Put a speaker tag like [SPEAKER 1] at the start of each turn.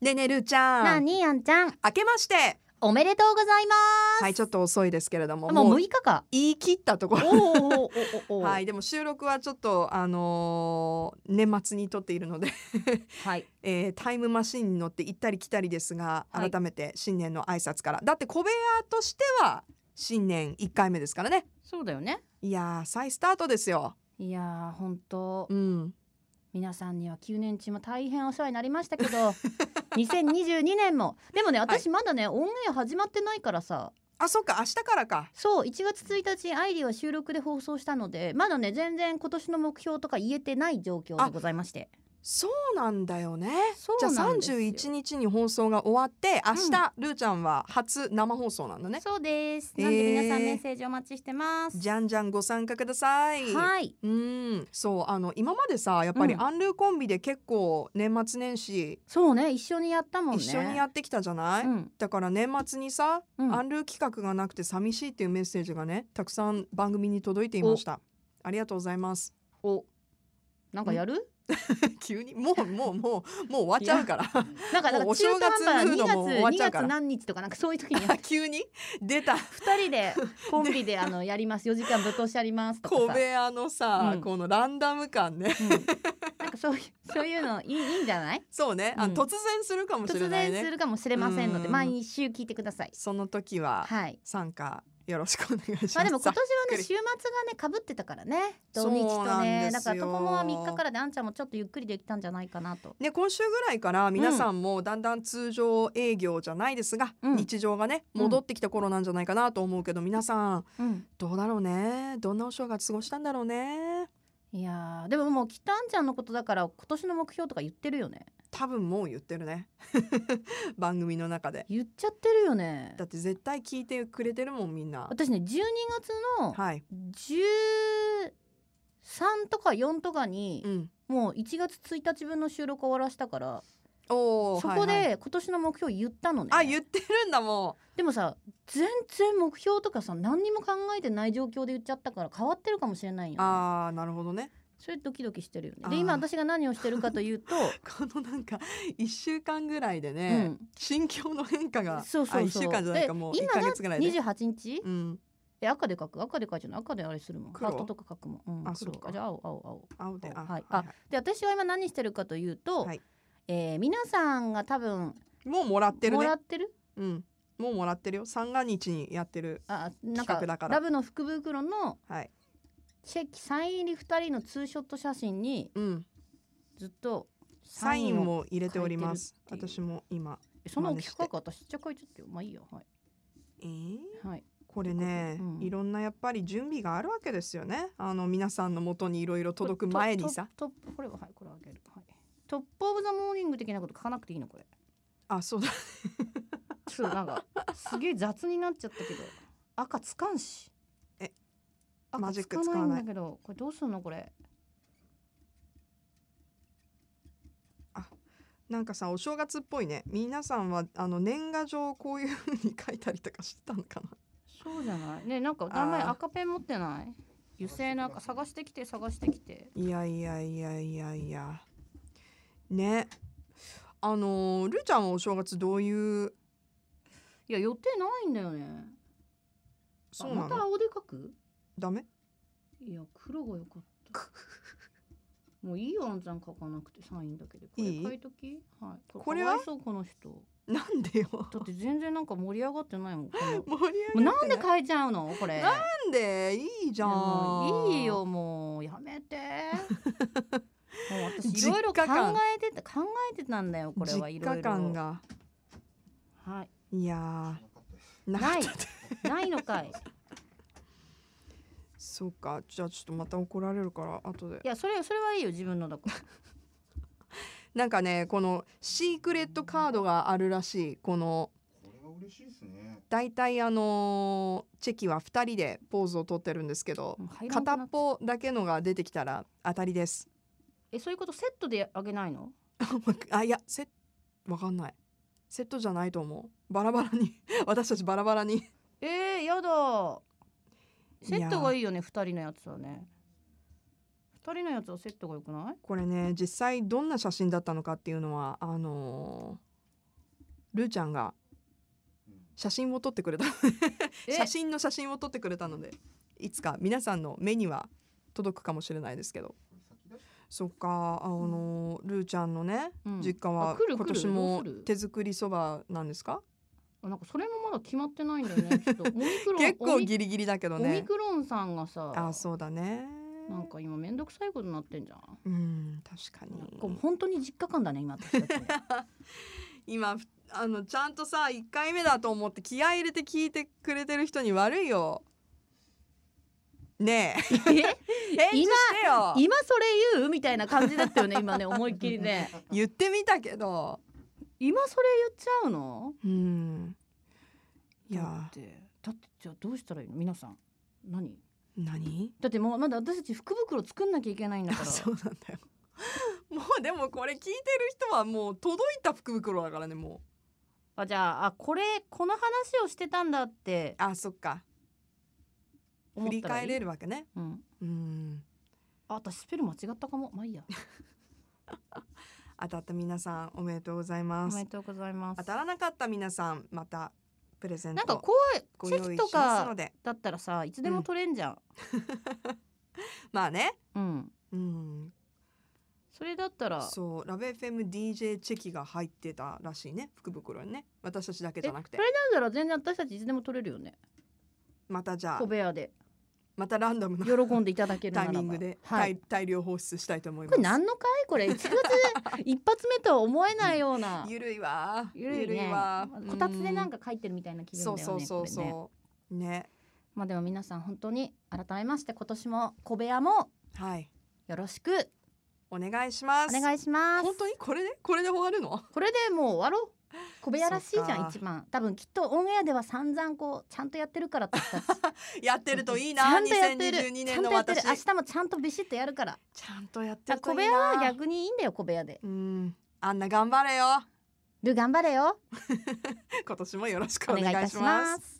[SPEAKER 1] でねるーちゃ
[SPEAKER 2] なんにやんちゃん
[SPEAKER 1] 明けまして
[SPEAKER 2] おめでとうございます
[SPEAKER 1] はいちょっと遅いですけれども
[SPEAKER 2] もう
[SPEAKER 1] も
[SPEAKER 2] 6
[SPEAKER 1] う
[SPEAKER 2] 日か
[SPEAKER 1] 言い切ったとこ
[SPEAKER 2] お
[SPEAKER 1] ろ
[SPEAKER 2] おおお お
[SPEAKER 1] はいでも収録はちょっとあのー年末に撮っているので、
[SPEAKER 2] はい
[SPEAKER 1] えータイムマシンに乗って行ったり来たりですが
[SPEAKER 2] はい
[SPEAKER 1] 改めて新年の挨拶から、だって小部屋としては新年1回目ですからね
[SPEAKER 2] そうだよね
[SPEAKER 1] いやー再スタートですよ
[SPEAKER 2] いやー本当
[SPEAKER 1] うん
[SPEAKER 2] 皆さんには9年中も大変お世話になりましたけ ど2022年もでもね私まだね、オンエア始まってないからさ
[SPEAKER 1] あそっか明日からか
[SPEAKER 2] そう1月1日アイリーは収録で放送したのでまだね全然今年の目標とか言えてない状況でございまして
[SPEAKER 1] そうなんだよね
[SPEAKER 2] そう
[SPEAKER 1] じゃあ
[SPEAKER 2] なんですよ
[SPEAKER 1] 31日に放送が終わって明日、ルーちゃんは初生放送なんだね
[SPEAKER 2] そうです
[SPEAKER 1] へー
[SPEAKER 2] なんで皆さんメッセージお待ちしてます
[SPEAKER 1] じゃんじゃんご参加ください。
[SPEAKER 2] はい
[SPEAKER 1] うん、そうあの今までさやっぱり
[SPEAKER 2] うん
[SPEAKER 1] アンルーコンビで結構年末年始
[SPEAKER 2] そうね一緒にやったもんね
[SPEAKER 1] 一緒にやってきたじゃない、
[SPEAKER 2] うん
[SPEAKER 1] だから年末にさ、
[SPEAKER 2] うん
[SPEAKER 1] アンルー企画がなくて寂しいっていうメッセージがねたくさん番組に届いていましたありがとうございます
[SPEAKER 2] おなんかやる
[SPEAKER 1] 急にもうもうもうもう終わっちゃうから
[SPEAKER 2] なんかなん
[SPEAKER 1] もう
[SPEAKER 2] か
[SPEAKER 1] お
[SPEAKER 2] 中
[SPEAKER 1] 正
[SPEAKER 2] 途
[SPEAKER 1] 月
[SPEAKER 2] 半端
[SPEAKER 1] ムー
[SPEAKER 2] な
[SPEAKER 1] ドも終
[SPEAKER 2] 2
[SPEAKER 1] わっ
[SPEAKER 2] 月
[SPEAKER 1] ちゃう
[SPEAKER 2] 2
[SPEAKER 1] から
[SPEAKER 2] 月何日とかなんかそういう時に
[SPEAKER 1] 急に出た
[SPEAKER 2] 二人でコンビであのやります4時間ぶっ通しやりますとかさ
[SPEAKER 1] 小部屋のさ、
[SPEAKER 2] うん
[SPEAKER 1] このランダム感ね
[SPEAKER 2] うんなんかそういうそういうのいいいいんじゃない
[SPEAKER 1] そうねあの、
[SPEAKER 2] うん
[SPEAKER 1] 突然するかもし
[SPEAKER 2] 突
[SPEAKER 1] れない
[SPEAKER 2] 然す
[SPEAKER 1] ね
[SPEAKER 2] るかもしれませんので
[SPEAKER 1] うん
[SPEAKER 2] 毎週聞いてください
[SPEAKER 1] その時は
[SPEAKER 2] はい
[SPEAKER 1] 参加よろしくお願いします。
[SPEAKER 2] まあでも今年は
[SPEAKER 1] ゆ
[SPEAKER 2] ね
[SPEAKER 1] っくり
[SPEAKER 2] 週末がねかぶってたからね土日
[SPEAKER 1] そう
[SPEAKER 2] と
[SPEAKER 1] なん
[SPEAKER 2] ね
[SPEAKER 1] ですよ
[SPEAKER 2] だからとこもは3日からであんちゃんもちょっとゆっくりできたんじゃないかなと
[SPEAKER 1] ね、今週ぐらいから皆さんもだんだん通常営業じゃないですが、
[SPEAKER 2] うん
[SPEAKER 1] 日常がね
[SPEAKER 2] うん
[SPEAKER 1] 戻ってきた頃なんじゃないかなと思うけど皆さん
[SPEAKER 2] うん
[SPEAKER 1] どうだろうねどんなお正月過ごしたんだろうね
[SPEAKER 2] いやーでももうきっとあんちゃんのことだから今年の目標とか言ってるよね
[SPEAKER 1] 多分もう言ってるね 番組の中で
[SPEAKER 2] 言っちゃってるよね
[SPEAKER 1] だって絶対聞いてくれてるもんみんな
[SPEAKER 2] 私ね12月の
[SPEAKER 1] はい、
[SPEAKER 2] 13とか4とかに
[SPEAKER 1] う、ん、
[SPEAKER 2] もう1月1日分の収録終わらしたから
[SPEAKER 1] お
[SPEAKER 2] そ
[SPEAKER 1] ー
[SPEAKER 2] こ
[SPEAKER 1] はいはい
[SPEAKER 2] で今年の目標言ったのね、
[SPEAKER 1] あ言ってるんだも
[SPEAKER 2] でもさ全然目標とかさ何にも考えてない状況で言っちゃったから変わってるかもしれないよ
[SPEAKER 1] う
[SPEAKER 2] ね
[SPEAKER 1] あーなるほどね
[SPEAKER 2] それドキドキしてるよね
[SPEAKER 1] あー
[SPEAKER 2] で今私が何をしてるか というと、
[SPEAKER 1] このなんか1週間ぐらいで
[SPEAKER 2] う
[SPEAKER 1] ね、
[SPEAKER 2] ん、
[SPEAKER 1] 心境の変化が
[SPEAKER 2] そうそうそう
[SPEAKER 1] あ一週間じゃないかもう
[SPEAKER 2] で
[SPEAKER 1] 一
[SPEAKER 2] 今
[SPEAKER 1] ヶ月ぐらいで、
[SPEAKER 2] 28日、
[SPEAKER 1] うん、
[SPEAKER 2] え赤で書く赤で書いちゃうの赤であれするもんハ
[SPEAKER 1] 黒
[SPEAKER 2] ートとか書くもん、うん、
[SPEAKER 1] あそ
[SPEAKER 2] 黒
[SPEAKER 1] っか
[SPEAKER 2] じゃあ青青青
[SPEAKER 1] 青であ
[SPEAKER 2] はいあで私は今何してるかというと、
[SPEAKER 1] はい
[SPEAKER 2] えー皆さんが多分
[SPEAKER 1] い、もうもらってる
[SPEAKER 2] も
[SPEAKER 1] ね
[SPEAKER 2] らってる
[SPEAKER 1] うんもうもらってるよ三が日にやってる
[SPEAKER 2] あな
[SPEAKER 1] 企
[SPEAKER 2] んか
[SPEAKER 1] 画だから
[SPEAKER 2] ラブの福袋の
[SPEAKER 1] はい
[SPEAKER 2] チェキサイン入り2人のツーショット写真に
[SPEAKER 1] うん
[SPEAKER 2] ずっと
[SPEAKER 1] サ
[SPEAKER 2] サ
[SPEAKER 1] イ
[SPEAKER 2] イン
[SPEAKER 1] ン
[SPEAKER 2] を
[SPEAKER 1] を入れております
[SPEAKER 2] 書いてるっていう
[SPEAKER 1] 私も今
[SPEAKER 2] えそんな大きく
[SPEAKER 1] 真
[SPEAKER 2] 書
[SPEAKER 1] 似
[SPEAKER 2] く私ちっちゃく書いちゃってよまあいいよはい、
[SPEAKER 1] えー、
[SPEAKER 2] はい、
[SPEAKER 1] これね、
[SPEAKER 2] うん
[SPEAKER 1] いろんなやっぱり準備があるわけですよねあの皆さんの元にいろいろ届く前にさ
[SPEAKER 2] トトップこれははいこれはあげる、はい、トップオブザモーニング的なこと書かなくていいのこれ
[SPEAKER 1] あそうだ
[SPEAKER 2] ちょっとなんかすげえ雑になっちゃったけど赤つかんし
[SPEAKER 1] え
[SPEAKER 2] 赤
[SPEAKER 1] マジック
[SPEAKER 2] つかない
[SPEAKER 1] 使わない
[SPEAKER 2] んだけどこれどうすんのこれ
[SPEAKER 1] なんかさお正月っぽいね皆さんはあの年賀状をこういう風に書いたりとかしてたのかな
[SPEAKER 2] そうじゃないねなんかお
[SPEAKER 1] ー
[SPEAKER 2] 前赤ペン持ってない油性の赤探してきて探してきて
[SPEAKER 1] いやいやいやいやいやねあのー、るーちゃんはお正月どういう
[SPEAKER 2] いや予定ないんだよねあ
[SPEAKER 1] そうな
[SPEAKER 2] また
[SPEAKER 1] の
[SPEAKER 2] 青で書く
[SPEAKER 1] ダメ
[SPEAKER 2] いや黒が良かったもういいよあんちゃん書かなくてサインだけでこれ
[SPEAKER 1] いい
[SPEAKER 2] 書いときはい
[SPEAKER 1] これ
[SPEAKER 2] か
[SPEAKER 1] は
[SPEAKER 2] わいそうこの人
[SPEAKER 1] なんで よ
[SPEAKER 2] だって全然なんか盛り上がってないもんこ のも
[SPEAKER 1] 盛り
[SPEAKER 2] う
[SPEAKER 1] 上がっ
[SPEAKER 2] な
[SPEAKER 1] て
[SPEAKER 2] ん
[SPEAKER 1] な
[SPEAKER 2] で
[SPEAKER 1] い
[SPEAKER 2] 書いちゃうのこれ
[SPEAKER 1] なんでいいじゃ
[SPEAKER 2] も
[SPEAKER 1] ん
[SPEAKER 2] ういいよもうや めてもう私い
[SPEAKER 1] 実
[SPEAKER 2] ろ
[SPEAKER 1] 家
[SPEAKER 2] いろ考
[SPEAKER 1] 感
[SPEAKER 2] えてた考えてたんだよこれ
[SPEAKER 1] 実
[SPEAKER 2] はいろいろ
[SPEAKER 1] 家感が
[SPEAKER 2] はい
[SPEAKER 1] いやーな
[SPEAKER 2] ない
[SPEAKER 1] かった
[SPEAKER 2] ないのかい
[SPEAKER 1] そうかじゃあちょっとまた怒られるから後で
[SPEAKER 2] いやそれそれはいいよ自分のだから
[SPEAKER 1] なんかねこのシークレットカードがあるらしいこの
[SPEAKER 3] これは嬉しいですね。
[SPEAKER 1] だいたいあのーチェキは2人でポーズをとってるんですけど
[SPEAKER 2] もう入らなくな
[SPEAKER 1] 片
[SPEAKER 2] っ
[SPEAKER 1] っぽだけのが出てきたら当たりです
[SPEAKER 2] えそういうことセットであげないの
[SPEAKER 1] わかあいやセわかんないセットじゃないと思うバラバラに 私たちバラバラに
[SPEAKER 2] えー、やだセットが
[SPEAKER 1] いや
[SPEAKER 2] いいよね二人のやつはね二人のやつはセットが良くない
[SPEAKER 1] これね実際どんな写真だったのかっていうのはあのルーちゃんが
[SPEAKER 3] うん
[SPEAKER 1] 写真を撮ってくれた
[SPEAKER 2] え
[SPEAKER 1] 写真の写真を撮ってくれたのでいつか皆さんの目には届くかもしれないですけど
[SPEAKER 3] これ先だし
[SPEAKER 1] そっかあの、ルーちゃんのね
[SPEAKER 2] うん
[SPEAKER 1] 実家
[SPEAKER 2] あ
[SPEAKER 1] は
[SPEAKER 2] 来る来る
[SPEAKER 1] 今年
[SPEAKER 2] ど
[SPEAKER 1] も
[SPEAKER 2] うする
[SPEAKER 1] 手作りそばなんですか
[SPEAKER 2] あなんかそれもまだ決まってないんだよね。ちょ っとオミクロン
[SPEAKER 1] 結構
[SPEAKER 2] オミ
[SPEAKER 1] ギリギリだけど
[SPEAKER 2] オミ
[SPEAKER 1] ね
[SPEAKER 2] クロンさんがさ、
[SPEAKER 1] あそうだね
[SPEAKER 2] なんか今めんどくさいことになってんじゃん。
[SPEAKER 1] うん確かに
[SPEAKER 2] なんか本当に実家感だね今私 たち。
[SPEAKER 1] 今あのちゃんとさ1回目だと思って気合い入れて聞いてくれてる人に悪いよね え返事
[SPEAKER 2] え
[SPEAKER 1] してよ
[SPEAKER 2] 今それ言うみたいな感じだったよね今ね思いっきり ね。
[SPEAKER 1] 言ってみたけど
[SPEAKER 2] 今それ言っちゃうの？
[SPEAKER 1] うんい
[SPEAKER 2] だ
[SPEAKER 1] や
[SPEAKER 2] ってだってじゃあどうしたらいいの皆さん何？
[SPEAKER 1] 何
[SPEAKER 2] だってもうまだ私たち福袋作んなきゃいけないんだか ら。
[SPEAKER 1] そうなんだよもうでもこれ聞いてる人はもう届いた福袋だからねもう
[SPEAKER 2] あじゃああこれこの話をしてたんだって
[SPEAKER 1] あそっか
[SPEAKER 2] 思
[SPEAKER 1] 振
[SPEAKER 2] っ
[SPEAKER 1] り
[SPEAKER 2] たらいい。
[SPEAKER 1] 返れるわけね
[SPEAKER 2] うん。
[SPEAKER 1] うん
[SPEAKER 2] あ私スペル間違ったかも。まあいいや。
[SPEAKER 1] 当たった皆さんおめでとうござい
[SPEAKER 2] お
[SPEAKER 1] ま
[SPEAKER 2] め
[SPEAKER 1] す
[SPEAKER 2] でとうございます
[SPEAKER 1] 当。たらなかった皆さんまたプレゼン
[SPEAKER 2] なんか
[SPEAKER 1] ト
[SPEAKER 2] 怖い
[SPEAKER 1] ご
[SPEAKER 2] チ
[SPEAKER 1] 用
[SPEAKER 2] ェ
[SPEAKER 1] 意
[SPEAKER 2] キ
[SPEAKER 1] し
[SPEAKER 2] と
[SPEAKER 1] ます
[SPEAKER 2] か
[SPEAKER 1] ので
[SPEAKER 2] だったらさいつでも取れんじゃん。
[SPEAKER 1] まあね
[SPEAKER 2] うん。
[SPEAKER 1] うん、
[SPEAKER 2] それだったら
[SPEAKER 1] そうラベ FMDJ チェキが入ってたらしいね福袋にね私たちだけ
[SPEAKER 2] え
[SPEAKER 1] じゃなくて
[SPEAKER 2] それなんだら全然私たちいつでも取れるよね。
[SPEAKER 1] またじゃあ
[SPEAKER 2] 小部屋で
[SPEAKER 1] またランダムな
[SPEAKER 2] 喜んでいただける な
[SPEAKER 1] タ
[SPEAKER 2] ら
[SPEAKER 1] イ
[SPEAKER 2] ば。
[SPEAKER 1] ミングで大,、
[SPEAKER 2] はい。
[SPEAKER 1] 大量放出したいと思いま
[SPEAKER 2] こ
[SPEAKER 1] す
[SPEAKER 2] れ何の回これ1月 一発目とは思えないような。
[SPEAKER 1] ゆるいわ
[SPEAKER 2] ゆるいね。
[SPEAKER 1] わ
[SPEAKER 2] こたつでなん
[SPEAKER 1] か
[SPEAKER 2] か書いてるみたいな気分だ
[SPEAKER 1] そ
[SPEAKER 2] よ
[SPEAKER 1] う
[SPEAKER 2] ね。
[SPEAKER 1] そうそう
[SPEAKER 2] これね
[SPEAKER 1] そうね
[SPEAKER 2] まあでも皆さん本当に改めまして今年も小部屋も
[SPEAKER 1] はい
[SPEAKER 2] よろしく
[SPEAKER 1] お願いしま
[SPEAKER 2] お
[SPEAKER 1] す
[SPEAKER 2] 願いします。
[SPEAKER 1] 本当にこれでこれで終わるの
[SPEAKER 2] これでもう終わろう小部屋らしいじ
[SPEAKER 1] そっ
[SPEAKER 2] ゃん
[SPEAKER 1] か
[SPEAKER 2] 一番多分きっとオンエアでは散々こうちゃんとやってるからって言った
[SPEAKER 1] やってるといいな
[SPEAKER 2] ちゃんとやってる
[SPEAKER 1] 2022
[SPEAKER 2] ちゃ
[SPEAKER 1] 年
[SPEAKER 2] ん
[SPEAKER 1] の
[SPEAKER 2] とやって
[SPEAKER 1] 私
[SPEAKER 2] る明日もちゃんとビシッとやるから
[SPEAKER 1] ちゃんとやって
[SPEAKER 2] だ
[SPEAKER 1] る
[SPEAKER 2] から
[SPEAKER 1] とい
[SPEAKER 2] 小部
[SPEAKER 1] い
[SPEAKER 2] 屋は
[SPEAKER 1] な
[SPEAKER 2] 逆にいいんだよ小部屋で
[SPEAKER 1] うんあんな頑張れよ
[SPEAKER 2] ルー頑張れよ
[SPEAKER 1] 今年もよろしく
[SPEAKER 2] お
[SPEAKER 1] お
[SPEAKER 2] 願い
[SPEAKER 1] 願
[SPEAKER 2] いた
[SPEAKER 1] い
[SPEAKER 2] し
[SPEAKER 1] します
[SPEAKER 2] ます